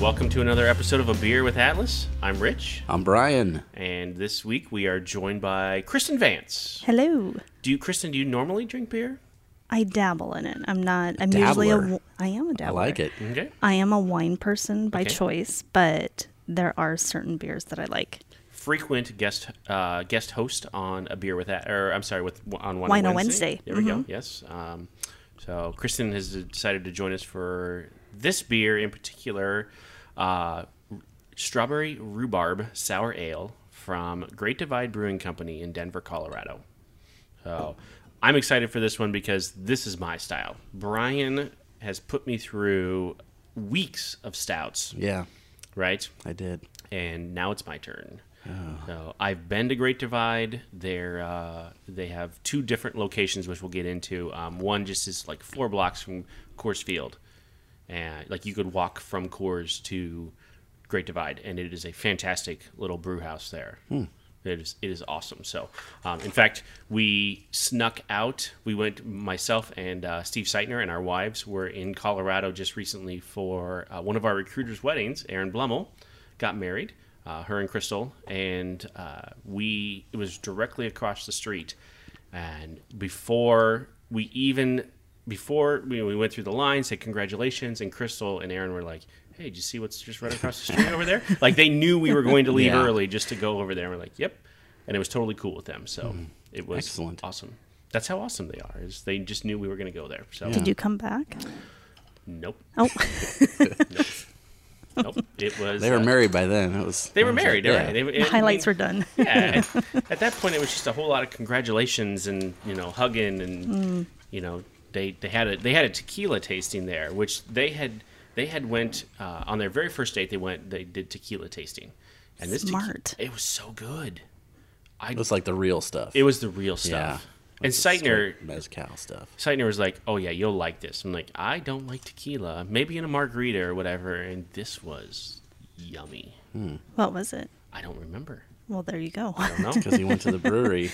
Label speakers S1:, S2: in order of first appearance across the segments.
S1: Welcome to another episode of A Beer with Atlas. I'm Rich,
S2: I'm Brian.
S1: and this week we are joined by Kristen Vance.
S3: Hello.
S1: Do you, Kristen, do you normally drink beer?
S3: I dabble in it. I'm not. I'm usually a.
S2: dabbler.
S3: w- I am a dabbler.
S2: I like it.
S1: Okay.
S3: I am a wine person by
S1: Okay.
S3: choice, but there are certain beers that I like.
S1: Frequent guest uh, guest host on A Beer with Atlas, or I'm sorry, with on Wine,
S3: Wine
S1: on
S3: on Wednesday.
S1: There we go. Yes. Um, so Kristen has decided to join us for this beer in particular, uh, strawberry rhubarb sour ale from Great Divide Brewing Company in Denver, Colorado. So I'm excited for this one because this is my style. Brian has put me through weeks of stouts,
S2: Yeah,
S1: right?
S2: I did.
S1: and now it's my turn. So I've been to Great Divide. They're uh, they have two different locations, which we'll get into. Um, one just is like four blocks from Coors Field, and like you could walk from Coors to Great Divide, and it is a fantastic little brew house there. It is it is awesome. So, um, in fact, we snuck out. We went myself and uh, Steve Seitner and our wives were in Colorado just recently for uh, one of our recruiters' weddings. Aaron Blumel got married, uh, her and Crystal, and uh, we it was directly across the street. And before we even before we, we went through the line, said congratulations, and Crystal and Aaron were like, "Hey, did you see what's just right across the street over there?" Like they knew we were going to leave
S2: Yeah.
S1: early just to go over there. And we're like, "Yep," and it was totally cool with them. So it was
S2: Hmm. Excellent.
S1: awesome. That's how awesome they are. Is they just knew we were going to go there. So
S3: Did you come back?
S1: nope,
S3: Oh,
S1: nope. It was
S2: They were
S1: uh,
S2: married by then. It was.
S1: They were married,
S2: Yeah.
S1: right? They, it,
S3: the highlights were done.
S1: yeah. at, at that point, it was just a whole lot of congratulations and you know hugging and you know they they had a they had a tequila tasting there, which they had they had went uh, on their very first date. They went they did tequila tasting, and this tequi-
S3: Smart.
S1: it was so good.
S2: it was like the real stuff.
S1: It was the real
S2: Yeah.
S1: stuff.
S2: Like
S1: And
S2: the
S1: Seitner,
S2: straight mezcal stuff.
S1: Seitner was like, "Oh yeah, you'll like this." I'm like, "I don't like tequila. Maybe in a margarita or whatever." And this was yummy.
S3: What was it?
S1: I don't remember.
S3: Well, there you go.
S1: I don't know.
S2: Because he went to the brewery.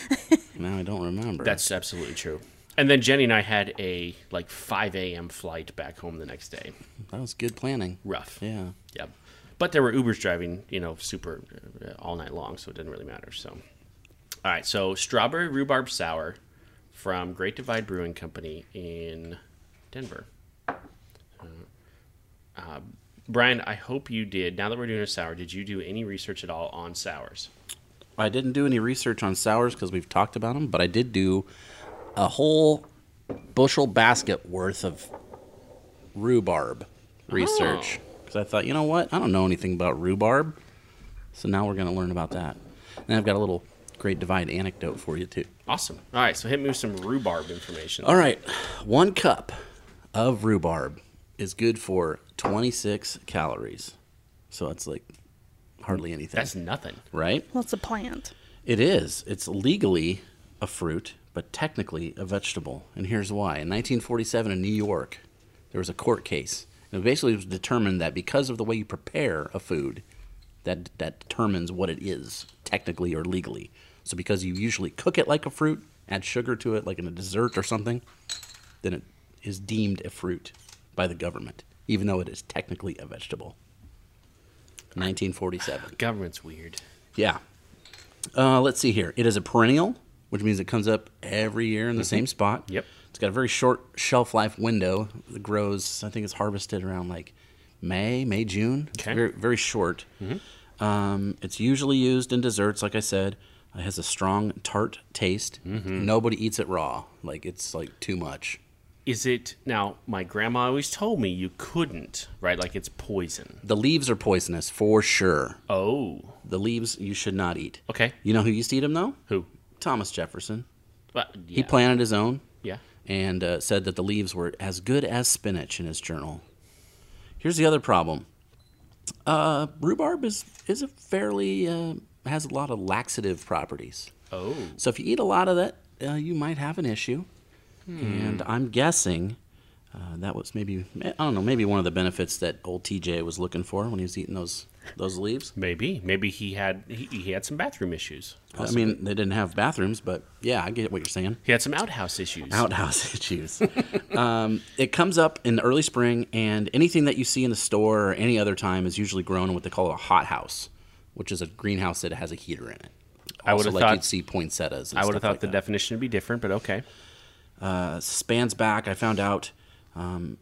S2: now I don't remember.
S1: That's absolutely true. And then Jenny and I had a like 5 a.m. flight back home the next day.
S2: that was good planning.
S1: Rough.
S2: Yeah.
S1: Yep. But there were Ubers driving, you know, super uh, all night long, so it didn't really matter. So, all right. So, strawberry rhubarb sour from Great Divide Brewing Company in Denver. Uh, uh, Brian, I hope you did. Now that we're doing a sour, did you do any research at all on sours?
S2: I didn't do any research on sours because we've talked about them, but I did do a whole bushel basket worth of rhubarb research because I thought, you know what? I don't know anything about rhubarb, so now we're going to learn about that. And I've got a little great divide anecdote for you too.
S1: Awesome. All right. So, hit me with some rhubarb information.
S2: All right, one cup of rhubarb is good for 26 calories, so that's like hardly anything,
S1: That's nothing.
S2: right?
S3: Well, it's a plant.
S2: It is. It's legally a fruit, but technically a vegetable. And here's why. In 1947 in New York, there was a court case. And it basically was determined that because of the way you prepare a food, that that determines what it is technically or legally. So because you usually cook it like a fruit, add sugar to it like in a dessert or something, then it is deemed a fruit by the government, even though it is technically a vegetable. 1947.
S1: Government's weird.
S2: Yeah. Uh, let's see here. It is a perennial, which means it comes up every year in the same spot.
S1: Mm-hmm. Yep.
S2: It's got a very short shelf life window. It grows, I think it's harvested around like May, May, June. It's
S1: Okay. Mm-hmm.
S2: very, very short. Um, it's usually used in desserts, like I said. It has a strong tart taste.
S1: Mm-hmm.
S2: Nobody eats it raw. Like, it's like too much.
S1: Is it now? My grandma always told me you couldn't, right? Like it's poison.
S2: The leaves are poisonous for sure.
S1: Oh,
S2: The leaves you should not eat.
S1: okay.
S2: You know who used to eat them though?
S1: Who?
S2: Thomas Jefferson. Uh,
S1: But, yeah.
S2: He planted his own.
S1: Yeah.
S2: and uh, said that the leaves were as good as spinach in his journal. Here's the other problem: uh, rhubarb is is a fairly uh, has a lot of laxative properties.
S1: Oh,
S2: So if you eat a lot of that, uh, you might have an issue. And I'm guessing uh, that was maybe I don't know maybe one of the benefits that old TJ was looking for when he was eating those Those leaves.
S1: Maybe, maybe he had he, he had some bathroom issues.
S2: I mean, they didn't have bathrooms, but yeah, I get what you're saying.
S1: He had some outhouse issues.
S2: Outhouse issues. um, it comes up in the early spring, and anything that you see in the store or any other time is usually grown in what they call a hothouse, which is a greenhouse that has a heater in it.
S1: I would've
S2: Also, like
S1: thought-
S2: you'd see poinsettias. And
S1: I would have
S2: stuff
S1: thought
S2: like
S1: the
S2: that.
S1: definition would be different, but okay.
S2: uh, spans back. I found out um,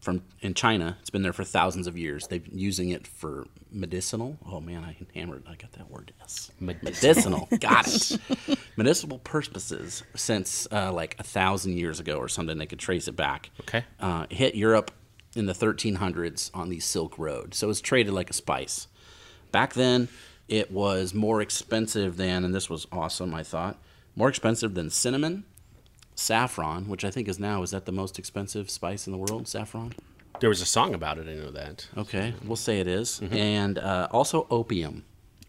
S2: from in China. It's been there for thousands of years. They've been using it for medicinal. Oh man, I hammered. I got that word. Yes. Medicinal. got it. Medicinal purposes since uh, like a thousand years ago or something. They could trace it back.
S1: Okay.
S2: Uh, it hit Europe in the 1300s on the Silk Road, so it was traded like a spice. Back then, it was more expensive than, and this was awesome. I thought more expensive than cinnamon saffron, which I think is now is that the most expensive spice in the world, saffron.
S1: There was a song about it. I know that.
S2: Okay, we'll say it is. and uh, also opium.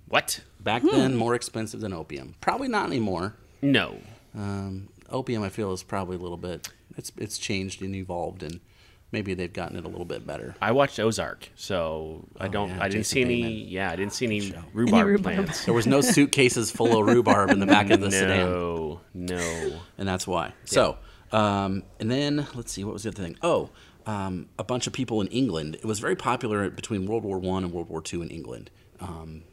S1: What?
S2: Back then, more expensive than opium. Probably not anymore.
S1: No.
S2: Um, opium, I feel, is probably a little bit. It's it's changed and evolved, and maybe they've gotten it a little bit better.
S1: I watched Ozark, so I don't.
S2: Oh,
S1: I
S2: yeah,
S1: didn't
S2: Jason
S1: see any.
S2: Bateman.
S1: Yeah, I didn't see any rhubarb,
S3: rhubarb.
S1: plants.
S2: There was no suitcases full of rhubarb in the back of the sedan.
S1: no, no.
S2: and that's why. So, um, and then let's see, what was the other thing? Oh, um, a bunch of people in England. It was very popular between World War One and World War Two in England, um,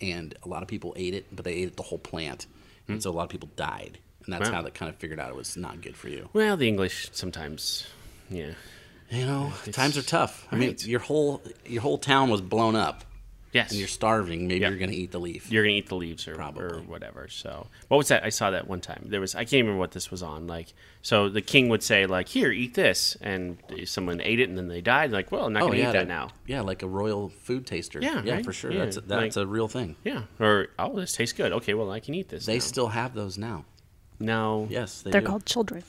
S2: and a lot of people ate it, but they ate the whole plant, and so a lot of people died, and that's
S1: Hmm. Wow.
S2: how they kind of figured out it was not good for you.
S1: Well, the English sometimes. Yeah.
S2: You know, times are tough. I mean,
S1: Right.
S2: your whole your whole town was blown up,
S1: Yes.
S2: and you're starving. Maybe
S1: Yep.
S2: you're going to eat the leaf.
S1: you're gonna eat the leaves or, or
S2: Probably.
S1: whatever. So what was that? I saw that one time. There was I can't remember what this was on. Like so, the king would say like, "Here, eat this," and someone ate it and then they died. Like, well, I'm not gonna eat that
S2: like-
S1: now.
S2: Oh, Yeah, like a royal food taster.
S1: Yeah,
S2: yeah,
S1: right?
S2: for sure.
S1: Yeah,
S2: That's that's
S1: like-
S2: a real thing.
S1: Yeah. Or oh, this tastes good. Okay, well, I can eat this.
S2: They
S1: now.
S2: still have those now.
S1: no.
S2: Yes, they
S3: They're
S2: do.
S3: called children.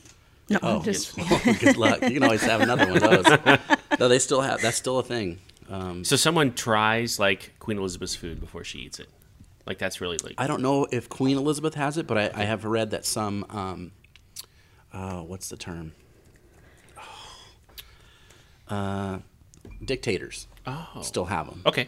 S3: No,
S2: Oh,
S3: just
S2: good luck. You can always have another one of those. No, they still have. That's still a thing. Um,
S1: So someone tries like Queen Elizabeth's food before she eats it. Like that's really like
S2: I don't know if Queen Elizabeth has it, but I, I have read that some. Um, uh, what's the term? Uh, dictators
S1: oh
S2: still have them.
S1: okay.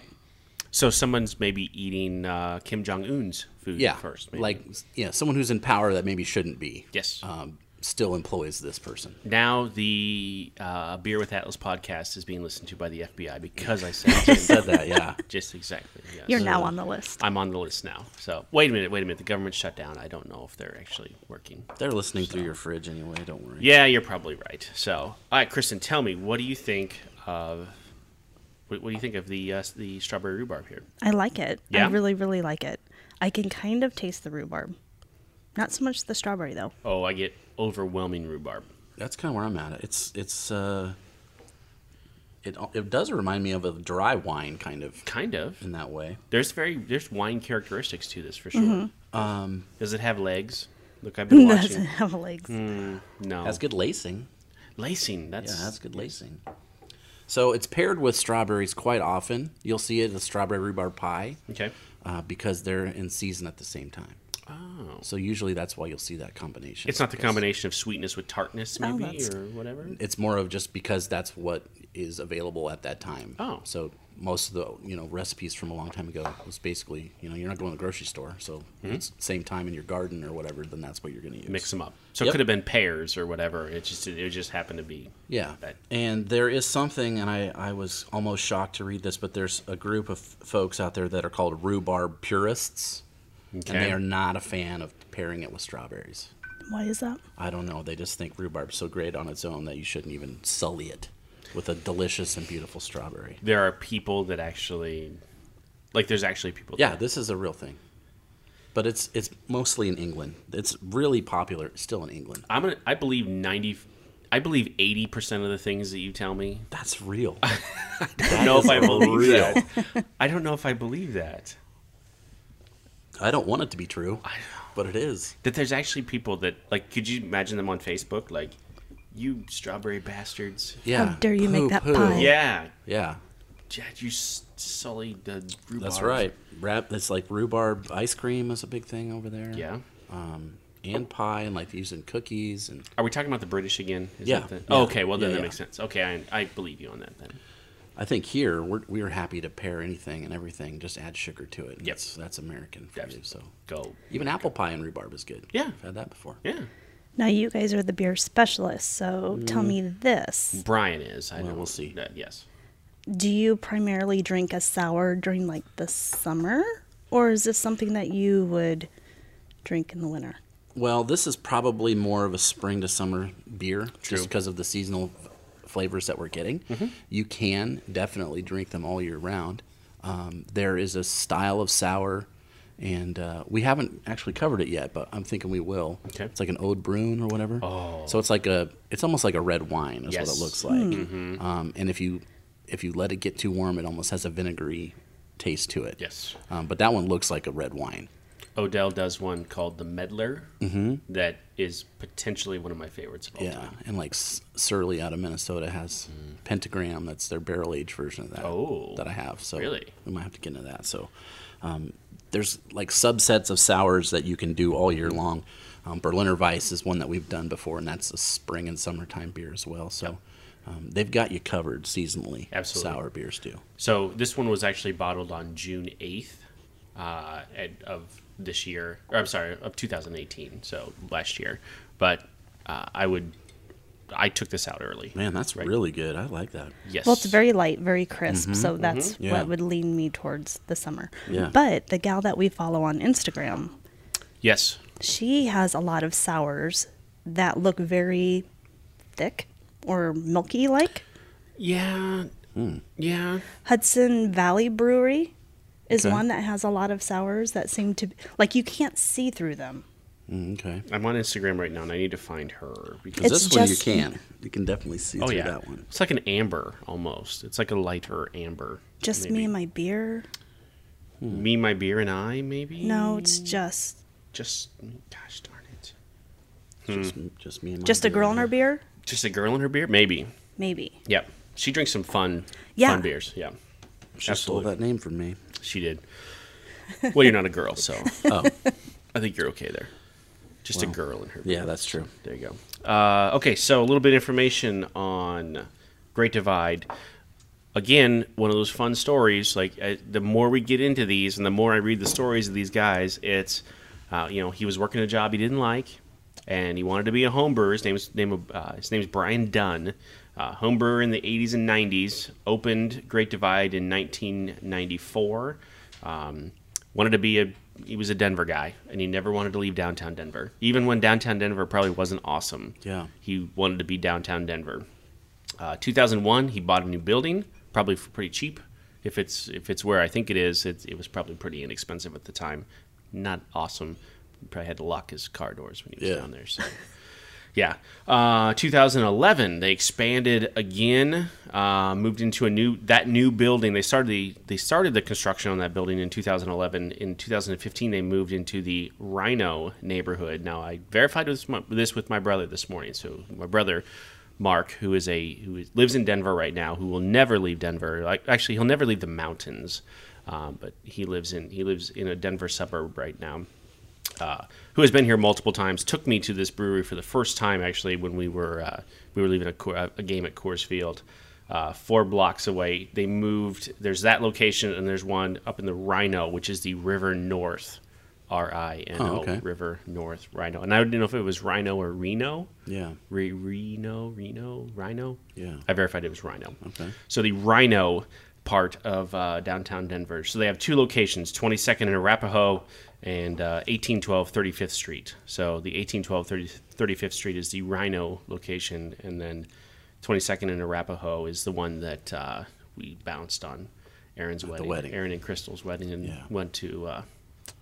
S1: So someone's maybe eating uh, Kim Jong Un's food
S2: Yeah,
S1: first. Maybe.
S2: like yeah, someone who's in power that maybe shouldn't be.
S1: Yes.
S2: um, still employs this person.
S1: Now the uh, Beer with Atlas podcast is being listened to by the FBI because I said
S2: Said that, yeah.
S1: just exactly. Yes.
S3: you're now on the list.
S1: I'm on the list now. So wait a minute, wait a minute. The government shut down. I don't know if they're actually working.
S2: They're listening through your fridge anyway. Don't worry.
S1: Yeah, you're probably right. So all right, Kristen, tell me what do you think of what, what do you think of the uh, the strawberry rhubarb here?
S3: I like it.
S1: Yeah?
S3: I really, really like it. I can kind of taste the rhubarb. Not so much the strawberry though.
S1: Oh, I get overwhelming rhubarb.
S2: That's kind of where I'm at. It's it's uh, it it does remind me of a dry wine kind of
S1: Kind of.
S2: in that way.
S1: There's very there's wine characteristics to this for sure.
S3: Mm-hmm.
S2: Um,
S1: Does it have legs? Look, I've been
S3: Doesn't
S1: watching. Hmm.
S3: have legs.
S1: No,
S2: That's good lacing.
S1: Lacing. That's,
S2: Oh. Yeah, that's good lacing. So it's paired with strawberries quite often. You'll see it in the strawberry rhubarb pie
S1: okay.
S2: uh, because they're in season at the same time.
S1: Oh.
S2: So usually that's why you'll see that combination.
S1: It's not the
S2: I guess.
S1: combination of sweetness with tartness,
S3: Oh,
S1: maybe,
S3: that's-
S1: or whatever.
S2: It's more of just because that's what is available at that time.
S1: Oh.
S2: So most of the you know recipes from a long time ago was basically you know you're not going to the grocery store, so it's same time in your garden or whatever. Then that's what you're going to use.
S1: Hmm? Mix them up. So it
S2: Yep.
S1: could have been pears or whatever. It just it just happened to be.
S2: Yeah.
S1: But-
S2: And there is something, and I, I was almost shocked to read this, but there's a group of folks out there that are called rhubarb purists, and
S1: Okay.
S2: they are not a fan of pairing it with strawberries.
S3: Why is that?
S2: I don't know. They just think rhubarb's so great on its own that you shouldn't even sully it with a delicious and beautiful strawberry.
S1: There are people that actually, like, there's actually people.
S2: Yeah,
S1: that-
S2: this is a real thing. But it's it's mostly in England. It's really popular still in England.
S1: I'm gonna. I believe ninety. I believe eighty percent of the things that you tell me.
S2: That's real.
S1: I don't know if I believe
S2: real.
S1: that. I don't know if I believe that.
S2: I don't want it to be true, but it is.
S1: That there's actually people that like. Could you imagine them on Facebook? Like, you strawberry bastards.
S2: Yeah.
S3: dare you make that pie.
S1: Yeah,
S2: Yeah.
S1: Jad, you s- sullied the. Rhubarb.
S2: That's right. Rap. It's like rhubarb ice cream is a big thing over there.
S1: Yeah.
S2: Um, and pie and like using cookies and
S1: Are we talking about the British again? Is
S2: Yeah.
S1: that the-
S2: Yeah.
S1: oh, okay. Well, then
S2: Yeah,
S1: that
S2: yeah.
S1: makes sense. Okay, I, I believe you on that then.
S2: I think here we're we're happy to pair anything and everything. Just add sugar to it. and
S1: Yep.
S2: That's, that's American for
S1: Yep.
S2: you. So
S1: Go.
S2: even apple pie and rhubarb is good.
S1: Yeah.
S2: I've had that before.
S1: Yeah.
S3: Now you guys are the beer specialists, so tell
S2: Mm-hmm.
S3: me this:
S1: Brian is. I
S2: Well,
S1: know.
S2: we'll see.
S1: That, yes.
S3: Do you primarily drink a sour during like the summer, or is this something that you would drink in the winter?
S2: Well, this is probably more of a spring to summer beer,
S1: True. Mm-hmm.
S2: just because of the seasonal f- flavors that we're getting. You can definitely drink them all year round. Um, there is a style of sour, and uh, we haven't actually covered it yet, but I'm thinking we will.
S1: Okay.
S2: It's like an Ode Brune or whatever.
S1: Oh.
S2: So it's like a, it's almost like a red wine is what
S1: Yes. Mm-hmm.
S2: it looks like. Um, and if you, if you let it get too warm, it almost has a vinegary taste to it.
S1: Yes.
S2: Um, but that one looks like a red wine.
S1: Odell does one called the Meddler that is potentially one of my favorites of all
S2: Mm-hmm. Yeah,
S1: time.
S2: and like S- Surly out of Minnesota has Pentagram. That's their barrel aged version of that.
S1: Mm. Oh,
S2: that I have. So
S1: really?
S2: we might have to get into that. So um, there's like subsets of sours that you can do all year
S1: Mm.
S2: long. Um, Berliner Weiss is one that we've done before, and that's a spring and summertime beer as well. So um, they've got you covered seasonally.
S1: Absolutely.
S2: sour beers do.
S1: So this one was actually bottled on June 8th uh, at, of this year. Or I'm sorry, of 2018. So last year. But uh, I would, I took this out early.
S2: Man, that's
S1: Right.
S2: really good. I like that.
S1: Yes.
S3: Well, it's very light, very crisp, so that's
S2: Mm-hmm, Yeah.
S3: what would lean me towards the summer.
S2: Yeah.
S3: But the gal that we follow on Instagram,
S1: Yes.
S3: she has a lot of sours that look very thick or milky like.
S1: Yeah.
S2: Hmm.
S1: Yeah.
S3: Hudson Valley Brewery is
S2: Okay.
S3: one that has a lot of sours that seem to like you can't see through them.
S2: Mm, Okay.
S1: I'm on Instagram right now, and I need to find her because
S3: It's
S2: this one you
S3: just-
S2: can. You can definitely see
S1: oh
S2: through
S1: yeah,
S2: that one.
S1: it's like an amber almost. It's like a lighter amber.
S3: Just me
S1: maybe.
S3: and my beer.
S1: me, my beer, and I maybe.
S3: No, it's just
S1: just gosh darn it, Hmm.
S2: Just, just me and my
S3: just a
S2: beer.
S3: girl in her beer,
S1: just a girl and her beer. Maybe.
S3: maybe.
S1: Yep. She drinks some fun,
S3: Yeah.
S1: fun beers. Yeah,
S2: She stole
S1: Absolutely.
S2: that name from me.
S1: she did. Well, you're not a girl, so
S2: Oh,
S1: I think you're okay there. Just a
S2: Well,
S1: girl and her. beer.
S2: yeah, that's true.
S1: There you go. Uh, okay, so a little bit of information on Great Divide. Again, one of those fun stories. Like I, the more we get into these, and the more I read the stories of these guys, it's uh, you know he was working a job he didn't like, and he wanted to be a home brewer. His name's name of uh, his name's Brian Dunn, uh, home brewer in the 80s and 90s. Opened Great Divide in 1994. Um, wanted to be a he was a Denver guy and he never wanted to leave downtown Denver. Even when downtown Denver probably wasn't awesome.
S2: Yeah.
S1: He wanted to be downtown Denver. Uh, 2001 he bought a new building, probably for pretty cheap. If it's if it's where I think it is, it, it was probably pretty inexpensive at the time. Not awesome. Probably had to lock his car doors when he was
S2: Yeah.
S1: down there. So yeah. Uh, 2011, they expanded again, uh, moved into a new that new building. They started the they started the construction on that building in 2011. In 2015, they moved into the Rhino neighborhood. Now, I verified this my, this with my brother this morning. So my brother. Mark, who is a who is, lives in Denver right now, who will never leave Denver. Like, actually, he'll never leave the mountains, um, but he lives in he lives in a Denver suburb right now uh, who has been here multiple times, took me to this brewery for the first time actually when we were uh, we were leaving a, Coor- a game at Coors Field, uh, four blocks away. They moved. There's that location, and there's one up in the Rhino, which is the River North, R I N
S2: Oh,
S1: O
S2: okay.
S1: River North Rhino. And I didn't know if it was Rhino or Reno.
S2: Yeah.
S1: Re- Reno, Reno, Rhino.
S2: Yeah.
S1: I verified it was Rhino.
S2: Okay.
S1: So the Rhino part of uh, downtown Denver. So they have two locations: 22nd and Arapahoe, and uh, 1812 35th Street. So the 1812 30, 35th Street is the Rhino location, and then 22nd and Arapahoe is the one that uh, we bounced on Aaron's wedding,
S2: wedding.
S1: Aaron and Crystal's wedding, and
S2: Yeah.
S1: went to uh,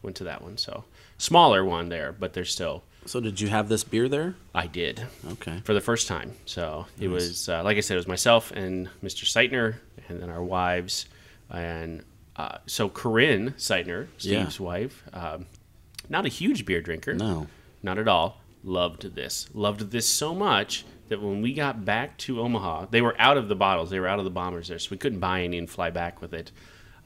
S1: went to that one. So smaller one there, but they're still.
S2: So did you have this beer there?
S1: I did
S2: Okay.
S1: for the first time. So it was, uh, like I said, it was myself and Mr. Seitner, and then our wives. And uh, so Corinne Seitner,
S2: Yeah.
S1: Steve's wife, um, not a huge beer drinker.
S2: No.
S1: Not at all. Loved this. Loved this so much that when we got back to Omaha, they were out of the bottles. They were out of the bombers there, so we couldn't buy any and fly back with it.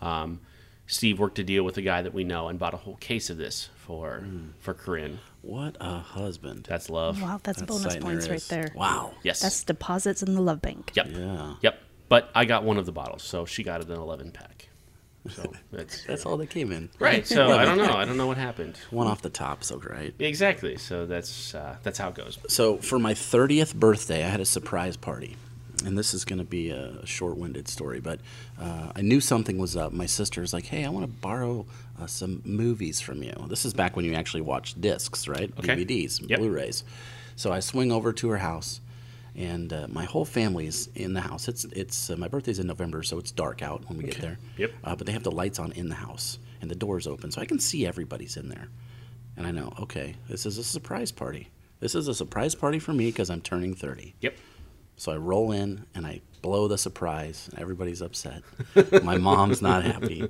S1: Um, Steve worked a deal with a guy that we know and bought a whole case of this for
S2: Mm.
S1: for Corinne.
S2: What a husband.
S1: That's love.
S3: Wow, that's,
S2: That
S3: bonus
S2: Seitner
S3: points right
S2: is-
S3: there.
S2: Wow.
S1: Yes.
S3: That's deposits in the love bank.
S1: Yep.
S2: Yeah.
S1: Yep. But I got one of the bottles, so she got an 11 pack. So that's
S2: That's all that came in.
S1: right. So I don't know. I don't know what happened.
S2: One off the top, so great.
S1: Exactly. So that's uh, that's how it goes.
S2: So for my 30th birthday, I had a surprise party. And this is going to be a short-winded story, but uh, I knew something was up. My sister was like, "Hey, I want to borrow uh, some movies from you." This is back when you actually watched discs, right?
S1: Okay.
S2: DVDs,
S1: Yep.
S2: Blu-rays. So I swing over to her house, and uh, my whole family's in the house. It's it's uh, my birthday's in November, so it's dark out when we get there.
S1: Yep.
S2: Uh, but they have the lights on in the house, and the doors open, so I can see everybody's in there. And I know, okay, this is a surprise party. This is a surprise party for me because I'm turning 30.
S1: Yep.
S2: So I roll in and I blow the surprise. and Everybody's upset. My mom's not happy.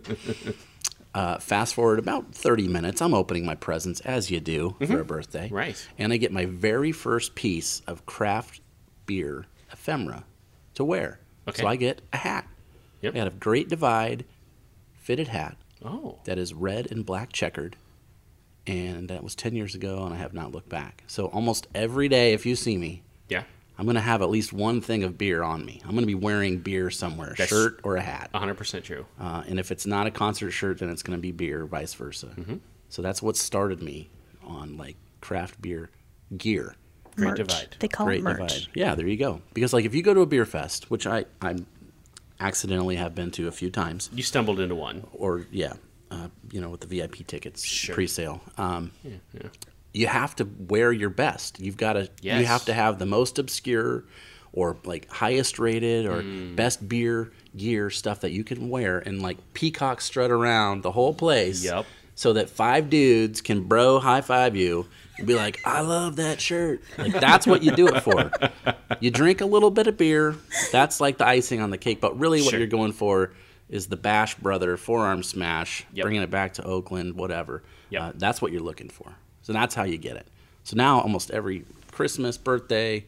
S2: Uh, fast forward about 30 minutes. I'm opening my presents as you do for a birthday.
S1: Mm-hmm. Right.
S2: And I get my very first piece of craft beer ephemera to wear.
S1: Okay.
S2: So I get a hat.
S1: Yep.
S2: I got a Great Divide fitted hat
S1: Oh.
S2: that is red and black checkered. And that was 10 years ago, and I have not looked back. So almost every day, if you see me,
S1: Yeah.
S2: I'm going to have at least one thing of beer on me. I'm going to be wearing beer somewhere, a
S1: That's-
S2: shirt or a hat.
S1: 100% true.
S2: Uh, and if it's not a concert shirt, then it's going to be beer, vice versa. So that's what started me on like craft beer gear.
S1: Great
S3: merch.
S1: divide.
S3: They call it Oh, merch.
S2: Yeah, there you go. Because like if you go to a beer fest, which I I accidentally have been to a few times,
S1: You stumbled into one.
S2: or yeah, uh, you know, with the VIP tickets
S1: Sure.
S2: pre-sale. Um,
S1: Yeah.
S2: you have to wear your best. You've got to you
S1: Yes.
S2: have to have the most obscure or like highest rated or
S1: Mm.
S2: best beer gear stuff that you can wear and like peacock strut around the whole place.
S1: Yep.
S2: So that five dudes can bro high five you and be like, I love that shirt. Like that's what you do it for. You drink a little bit of beer. That's like the icing on the cake. But really what
S1: Sure.
S2: you're going for is the Bash Brother forearm smash,
S1: Yep.
S2: bringing it back to Oakland, whatever.
S1: Yep.
S2: Uh, that's what you're looking for. So that's how you get it. So now almost every Christmas, birthday,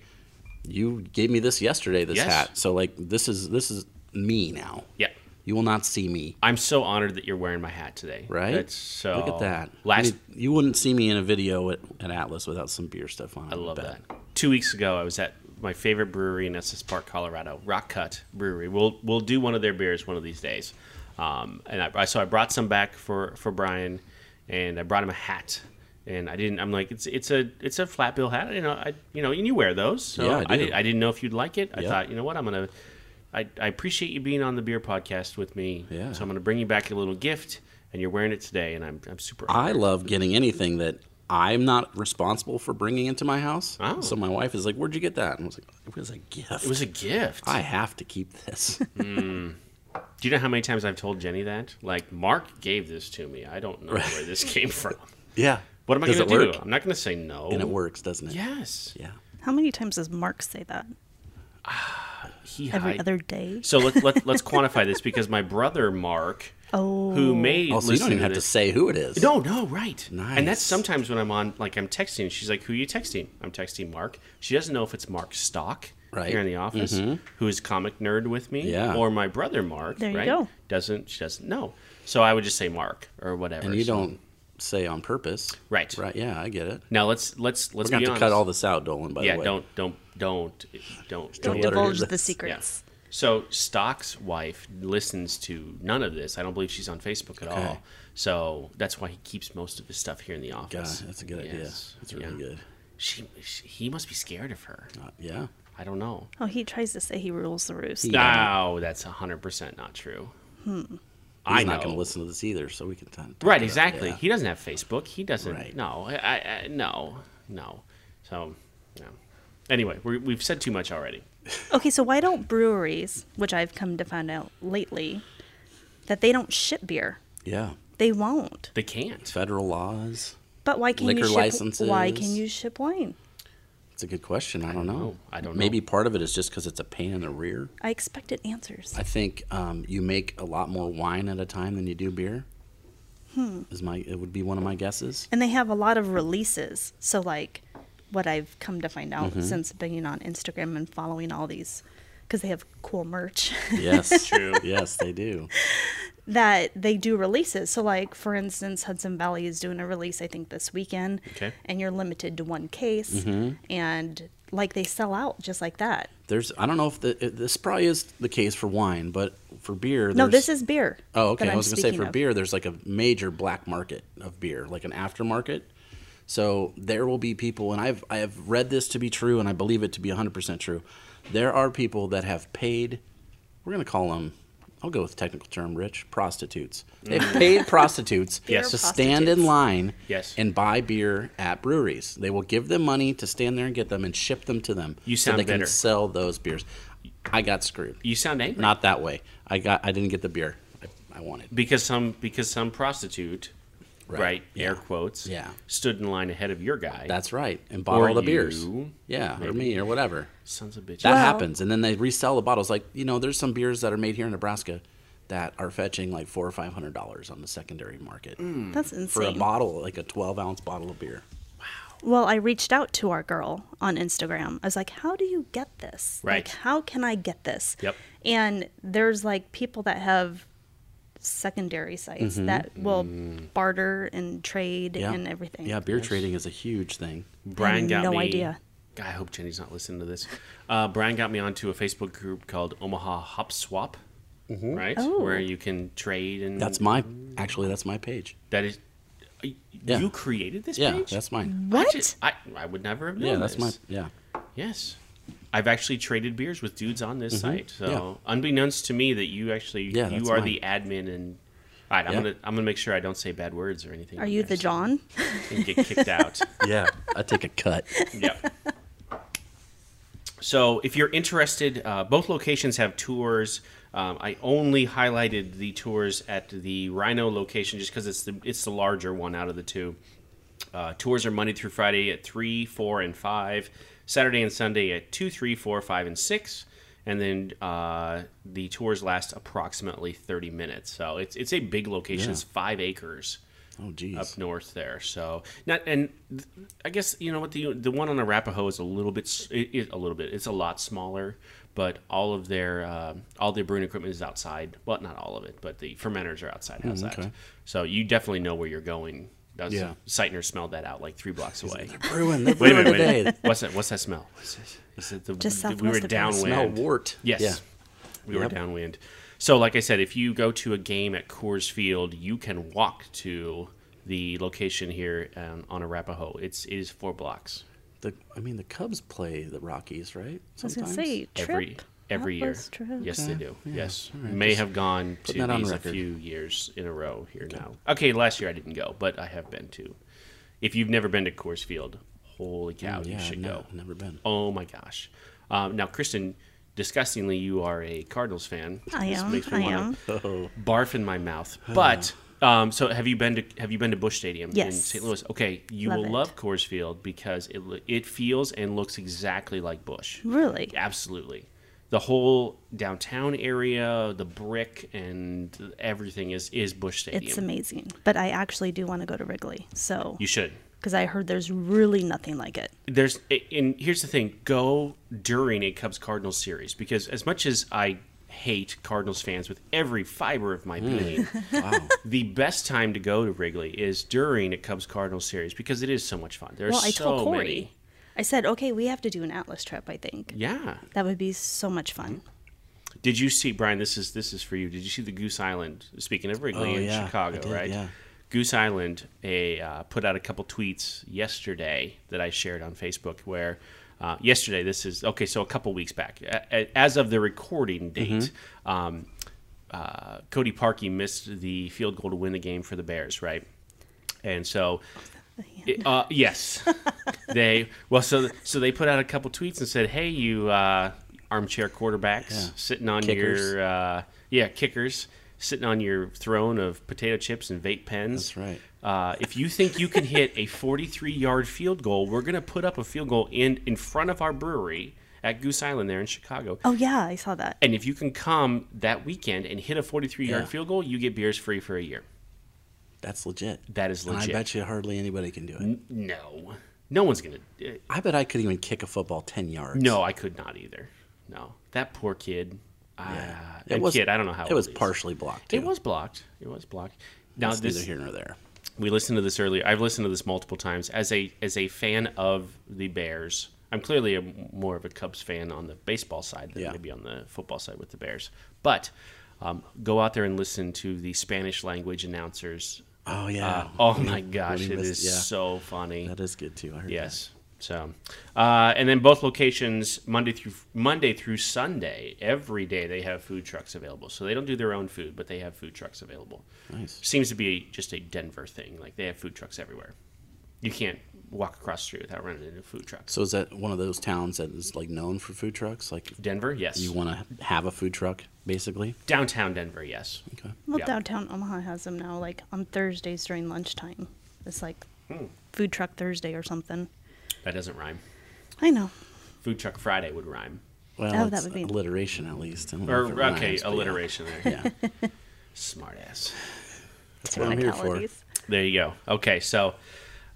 S2: you gave me this yesterday, this
S1: Yes.
S2: hat. So like this is this is me now.
S1: Yeah.
S2: You will not see me,
S1: I'm so honored that you're wearing my hat today.
S2: right?
S1: That's so.
S2: Look at that. I
S1: Last
S2: mean, you wouldn't see me in a video at, at Atlas without some beer stuff on. it,
S1: I love that. Two weeks ago, I was at my favorite brewery in Estes Park, Colorado, Rock Cut Brewery. We'll we'll do one of their beers one of these days. Um, and I, I so I brought some back for for Brian, and I brought him a hat. And I didn't. I'm like, it's it's a it's a flat bill hat. You know, I you know, and you wear those. So
S2: Yeah, I do.
S1: did, I didn't know if you'd like it. I
S2: Yeah.
S1: thought, you know what, I'm gonna. I, I appreciate you being on the beer podcast with me.
S2: Yeah.
S1: So I'm gonna bring you back a little gift, and you're wearing it today, and I'm I'm super.
S2: I love getting anything that I'm not responsible for bringing into my house.
S1: Oh.
S2: So my wife is like, "Where'd you get that?" And I was like, "It was a gift.
S1: it was a gift.
S2: I have to keep this."
S1: Do you know how many times I've told Jenny that? Like, Mark gave this to me. I don't know where this came from.
S2: yeah.
S1: What am I
S2: Does
S1: going to
S2: it
S1: do?
S2: work?
S1: I'm not going to say no.
S2: And it works, doesn't it?
S1: Yes.
S2: Yeah.
S3: How many times does Mark say that?
S1: He
S3: Every
S1: hide-
S3: other day?
S1: So let, let, let's quantify this because my brother, Mark,
S3: Oh.
S1: who may
S2: Also, you
S1: listen
S2: don't even have to
S1: this-
S2: say who it is.
S1: No, no, right.
S2: Nice.
S1: And that's sometimes when I'm on, like, I'm texting. She's like, "Who are you texting?" I'm texting Mark. She doesn't know if it's Mark Stock
S2: Right. Mm-hmm.
S1: here in the office, who is comic nerd with me,
S2: Yeah.
S1: or my brother Mark.
S3: There you
S1: right?
S3: go.
S1: Doesn't she doesn't know? So I would just say Mark or whatever.
S2: And you
S1: So-
S2: don't say on purpose.
S1: Right.
S2: Right. Yeah, I get it.
S1: Now let's let's let's
S2: We're going
S1: be
S2: to have to
S1: honest.
S2: cut all this out, Dolan, by
S1: yeah,
S2: the way.
S1: don't don't don't don't
S3: Don't
S2: let her hear
S3: divulge the
S2: this.
S3: secrets.
S1: Yeah. So Stock's wife listens to none of this. I don't believe she's on Facebook at all. So that's why he keeps most of his stuff here in the
S2: God,
S1: office.
S2: that's a good idea.
S1: Yes.
S2: That's really
S1: Yeah.
S2: good.
S1: She, she he must be scared of her.
S2: Uh, yeah.
S1: I don't know.
S3: Oh, he tries to say he rules the roost.
S2: He-
S1: No, that's hundred percent not true. Hmm.
S2: He's
S1: I know.
S2: not going to listen to this either, so we can t- talk
S1: Right,
S2: about it.
S1: exactly.
S2: Yeah.
S1: He doesn't have Facebook. He doesn't.
S2: Right.
S1: No, I, I, I, no, no. So, no. Anyway, we we've said too much already.
S3: Okay, so why don't breweries, which I've come to find out lately, that they don't ship beer?
S2: Yeah.
S3: They won't.
S1: They can't.
S2: Federal laws.
S3: But why can
S2: Liquor
S3: you ship why can
S2: licenses.
S3: you ship wine?
S2: It's a good question. I don't know.
S1: know. I don't
S2: Maybe
S1: know.
S2: part of it is just because it's a pain in the rear.
S3: I expected answers.
S2: I think um, you make a lot more wine at a time than you do beer. Hmm. Is my it would be one of my guesses.
S3: and they have a lot of releases. So like what I've come to find out
S2: Mm-hmm.
S3: since being on Instagram and following all these cuz they have cool merch.
S2: Yes,
S1: True.
S2: Yes, they do.
S3: that they do releases. So, like for instance, Hudson Valley is doing a release I think this weekend,
S1: Okay.
S3: and you're limited to one case,
S2: Mm-hmm.
S3: and like they sell out just like that.
S2: There's I don't know if the, it- this probably is the case for wine, but for beer,
S3: No,
S2: there's-
S3: this is beer.
S2: Oh, okay.
S3: that
S2: I
S3: I'm
S2: was gonna say
S3: speaking
S2: for
S3: of.
S2: beer, there's like a major black market of beer, like an aftermarket. So there will be people, and I've I have read this to be true, and I believe it to be 100 percent true. There are people that have paid. We're gonna call them. I'll go with the technical term, Rich. Prostitutes. They've paid prostitutes
S1: Yes.
S2: to
S3: Beer
S2: stand in
S3: prostitutes.
S2: line
S1: Mm. Yes.
S2: and buy beer at breweries. They will give them money to stand there and get them and ship them to them.
S1: You
S2: so
S1: sound
S2: they can
S1: bitter.
S2: sell those beers. I got screwed.
S1: You sound angry
S2: Not that way. I got. I didn't get the beer I, I wanted.
S1: because some because some prostitute, right?
S2: Yeah.
S1: Air quotes.
S2: Yeah.
S1: Stood in line ahead of your guy.
S2: That's right. And bought all the beers.
S1: you,
S2: Yeah, or
S1: maybe.
S2: me or whatever.
S1: sons of bitches.
S2: That
S3: Well-
S2: happens. And then they resell the bottles. Like, you know, there's some beers that are made here in Nebraska that are fetching like four or five hundred dollars on the secondary market.
S1: Mm.
S3: That's
S2: For a
S3: insane.
S2: bottle, like a twelve ounce bottle of beer.
S3: Well, I reached out to our girl on Instagram. I was like, "How do you get this?
S1: Right.
S3: Like, how can I get this?"
S1: Yep.
S3: And there's like people that have secondary sites
S1: Mm-hmm.
S3: that will
S1: Mm.
S3: barter and trade
S2: Yeah.
S3: and everything.
S2: Yeah, beer trading is a huge thing.
S1: Brian got
S3: no
S1: me.
S3: idea.
S1: God, I hope Jenny's not listening to this. Uh, Brian got me onto a Facebook group called Omaha Hop Swap, right?
S3: Oh.
S1: Where you can trade and
S2: Mm-hmm. That's my actually that's my page.
S1: that is. uh,
S2: Yeah.
S1: You created this
S2: Yeah,
S1: page?
S2: that's mine.
S1: I,
S3: What?
S1: just- I, I would never have known
S2: Yeah, that's
S1: this.
S2: my yeah.
S1: Yes. I've actually traded beers with dudes on this site. So
S2: Mm-hmm. Yeah.
S1: unbeknownst to me that you actually
S2: Yeah,
S1: you
S2: that's
S1: are
S2: mine.
S1: the admin and all right, I'm
S2: Yeah.
S1: gonna I'm gonna make sure I don't say bad words or anything.
S3: Are
S1: on
S3: you
S1: there,
S3: the
S1: so-
S3: John?
S1: And get kicked out.
S2: Yeah. I take a cut.
S1: yep. So if you're interested, uh, both locations have tours. Um, I only highlighted the tours at the Rhino location just because it's the it's the larger one out of the two. Uh, tours are Monday through Friday at three, four, and five. Saturday and Sunday at two, three, four, five, and six. And then uh, the tours last approximately thirty minutes. So it's it's a big location.
S2: Yeah.
S1: It's five acres
S2: Oh geez.
S1: up north there. So not and th- I guess you know what the the one on Arapahoe is a little bit s- it, it, a little bit it's a lot smaller, but all of their um all their brewing equipment is outside. Well, not all of it, but the fermenters are outside outside.
S2: okay.
S1: So you definitely know where you're going. That's,
S2: Yeah.
S1: Sightner smelled that out like three blocks away.
S2: Ruin the
S1: Wait a
S2: brewing
S1: minute,
S2: today.
S1: wait. what's that? What's that smell? What's it, is it the,
S3: Just
S1: the- we
S3: southwest
S1: were
S3: of us.
S1: downwind?
S2: Smell wart.
S1: Yes.
S2: Yeah.
S1: We were
S2: Yep.
S1: downwind. So, like I said, if you go to a game at Coors Field, you can walk to the location here um, on Arapahoe. It's it is four blocks
S2: The I mean the Cubs play the Rockies, right?
S3: I was gonna
S2: Sometimes?
S3: say trip.
S1: every every year.
S3: Atlas Trip.
S1: Yes, they do.
S2: yeah.
S1: Yes,
S2: All right,
S1: may
S2: just
S1: have gone to
S2: putting that on
S1: these a
S2: record.
S1: few years in a row here now. Okay, last year I didn't go, but I have been to. If you've never been to Coors Field, holy cow, Oh, you
S2: Oh, Yeah,
S1: should
S2: no,
S1: go.
S2: Never been.
S1: Oh my gosh. Um, now, Kristen, disgustingly, you are a Cardinals fan.
S3: I
S1: This
S3: am,
S1: makes me
S3: I
S1: wanna
S3: am.
S1: Barf in my mouth. But um, so have you been to have you been to Bush Stadium in
S3: Yes.
S1: St. Louis? Okay, you
S3: Love
S1: will
S3: it.
S1: love Coors Field because it lo- it feels and looks exactly like Bush.
S3: Really?
S1: Absolutely. The whole downtown area, the brick and everything is is Bush Stadium.
S3: It's amazing. But I actually do want to go to Wrigley. So
S1: You should.
S3: because I heard there's really nothing like it.
S1: there's and here's the thing go during a cubs cardinals series because as much as i hate cardinals fans with every fiber of my being the best time to go to wrigley is during a cubs cardinals series because it is so much fun there's
S3: Well, I
S1: so
S3: told Corey.
S1: many
S3: I said, okay, we have to do an Atlas trip, I think.
S1: yeah
S3: That would be so much fun.
S1: did you see brian this is this is for you did you see the goose island speaking of wrigley
S2: Oh,
S1: in
S2: yeah, I
S1: chicago
S2: did,
S1: right
S2: yeah.
S1: Goose Island a, uh, put out a couple tweets yesterday that I shared on Facebook. Where uh, yesterday, this is okay, so a couple weeks back, a- a- as of the recording date,
S2: Mm-hmm.
S1: um, uh, Cody Parkey missed the field goal to win the game for the Bears, right? And so, it- uh, yes, they well, so so they put out a couple tweets and said, "Hey, you uh, armchair quarterbacks
S2: Yeah.
S1: sitting on
S2: Kickers.
S1: your uh, yeah kickers." Sitting on your throne of potato chips and vape pens.
S2: That's right.
S1: Uh, if you think you can hit a 43 yard field goal, we're going to put up a field goal in, in front of our brewery at Goose Island there in Chicago.
S3: Oh yeah, I saw that.
S1: And if you can come that weekend and hit a 43 yard
S2: Yeah.
S1: field goal, you get beers free for a year.
S2: That's legit.
S1: That is
S2: And
S1: legit.
S2: I bet you hardly anybody can do it.
S1: No. No one's uh, going to.
S2: I bet I could even kick a football ten yards.
S1: No, I could not either. No. That poor kid. Ah,
S2: It
S1: a
S2: was-
S1: kid. I don't know how
S2: It was
S1: is.
S2: partially blocked.
S1: It
S2: too.
S1: was blocked. It was blocked. Now
S2: It's
S1: this
S2: neither here nor there.
S1: we listened to this earlier. I've listened to this multiple times as a as a fan of the Bears. I'm clearly a, more of a Cubs fan on the baseball side than
S2: Yeah.
S1: maybe on the football side with the Bears. But um, go out there and listen to the Spanish language announcers.
S2: Oh yeah.
S1: Uh, oh my gosh,
S2: he
S1: it
S2: missed-
S1: is
S2: yeah.
S1: so funny.
S2: that is good too. I heard
S1: Yes. So, uh, and then both locations Monday through Monday through Sunday, every day they have food trucks available. So they don't do their own food, but they have food trucks available.
S2: Nice.
S1: Seems to be just a Denver thing. Like they have food trucks everywhere. You can't walk across the street without running into food trucks.
S2: So is that one of those towns that is like known for food trucks? Like
S1: Denver, yes.
S2: you want to have a food truck, basically.
S1: Downtown Denver, yes.
S2: Okay.
S3: Well,
S1: Yeah.
S3: downtown Omaha has them now, like on Thursdays during lunchtime. It's like food truck Thursday or something.
S1: That doesn't rhyme.
S3: I know.
S1: Food truck Friday would rhyme.
S2: Well,
S3: Oh,
S2: it's
S3: that would be-
S2: alliteration at least. I don't know
S1: Or
S2: if it
S1: okay,
S2: rhymes, but yeah.
S1: alliteration there.
S2: Yeah.
S1: Smart ass.
S3: That's
S2: what I'm here for.
S1: There you go. Okay, so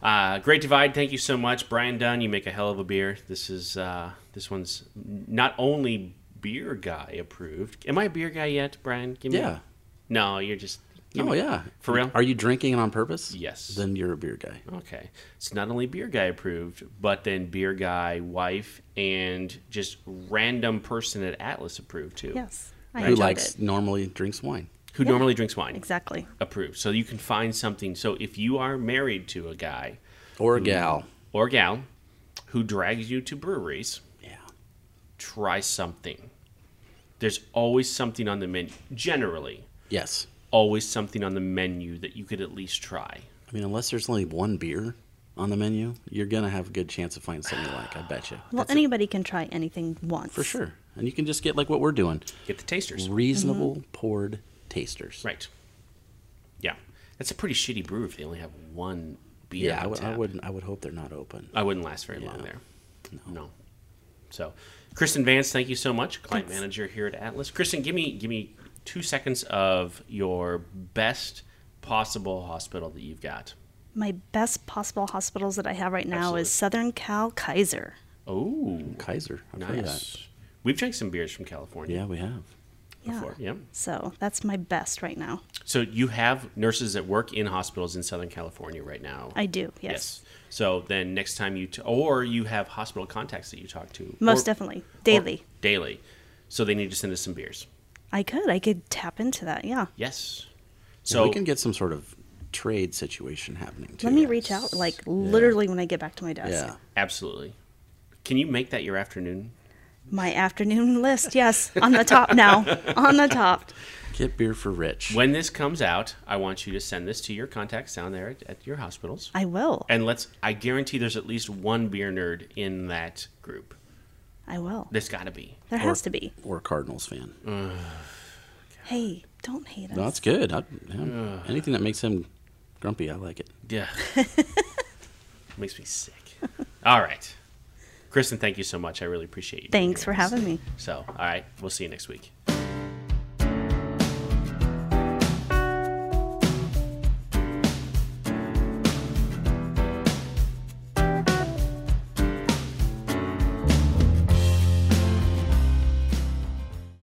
S1: uh, Great Divide, thank you so much, Brian Dunn. You make a hell of a beer. This is uh, this one's not only beer guy approved. Am I a beer guy yet, Brian? Give me
S2: Yeah.
S1: No, you're just. give
S2: Oh
S1: me-
S2: yeah.
S1: For real?
S2: Are you drinking it on purpose?
S1: Yes.
S2: Then you're a beer guy.
S1: Okay, it's not only beer guy approved, but then beer guy wife and just random person at Atlas approved too.
S3: Yes. I
S2: Who
S3: enjoyed
S2: likes
S3: it.
S2: normally drinks wine?
S1: Who normally drinks wine?
S3: Exactly.
S1: Approved. So you can find something. So if you are married to a guy
S2: Or a
S1: Mm-hmm.
S2: gal.
S1: or gal who drags you to breweries.
S2: Yeah.
S1: try something. There's always something on the menu. Generally,
S2: Yes.
S1: always something on the menu that you could at least try.
S2: I mean, unless there's only one beer on the menu, you're gonna have a good chance of finding something you like. I bet you.
S3: Well, anybody can try anything once.
S2: For sure. And you can just get like what we're doing.
S1: Get the tasters.
S2: Reasonable
S3: Mm-hmm.
S2: poured tasters.
S1: Right. Yeah. That's a pretty shitty brew if they only have one beer.
S2: Yeah, I
S1: on
S2: would- I
S1: tap.
S2: would. I would hope they're not open.
S1: I wouldn't last very long
S2: Yeah.
S1: there. No. So, Kristen Vance, thank you so much, client
S3: Thanks.
S1: manager here at Atlas. Kristen, give me give me two seconds of your best possible hospital that you've got.
S3: My best possible hospitals that I have right now
S1: Absolutely.
S3: is Southern Cal Kaiser.
S1: Oh,
S2: Kaiser. I've heard of that.
S1: nice. We've drank some beers from California.
S2: Yeah, we have.
S3: Yeah.
S1: before. Yep.
S3: So that's my best right now.
S1: So you have nurses that work in hospitals in Southern California right now.
S3: I do. Yes.
S1: So then next time you t- or you have hospital contacts that you talk to
S3: Most
S1: or-
S3: definitely.
S1: or-
S3: Daily.
S1: daily. So they need to send us some beers.
S3: I could. I could tap into that. Yeah.
S1: Yes.
S2: So
S1: So
S2: we can get some sort of trade situation happening too.
S3: Let me reach out, like literally when I get back to my desk.
S2: Yeah.
S1: absolutely. Can you make that your afternoon?
S3: My afternoon list. Yes. On the top now. on the top.
S2: Get beer for Rich.
S1: When this comes out, I want you to send this to your contacts down there at, at your hospitals.
S3: I will.
S1: And let's I guarantee there's at least one beer nerd in that group.
S3: I will.
S1: There's got to be.
S3: There
S2: Or-
S3: has to be.
S2: Or a Cardinals fan.
S3: Hey, don't hate us.
S2: No, that's good. I, yeah. Anything that makes him grumpy, I like it.
S1: Yeah. Makes me sick. All right. Kristen, thank you so much. I really appreciate you. being
S3: Thanks
S1: here
S3: for
S1: with us.
S3: having me.
S1: So, all right. We'll see you next week.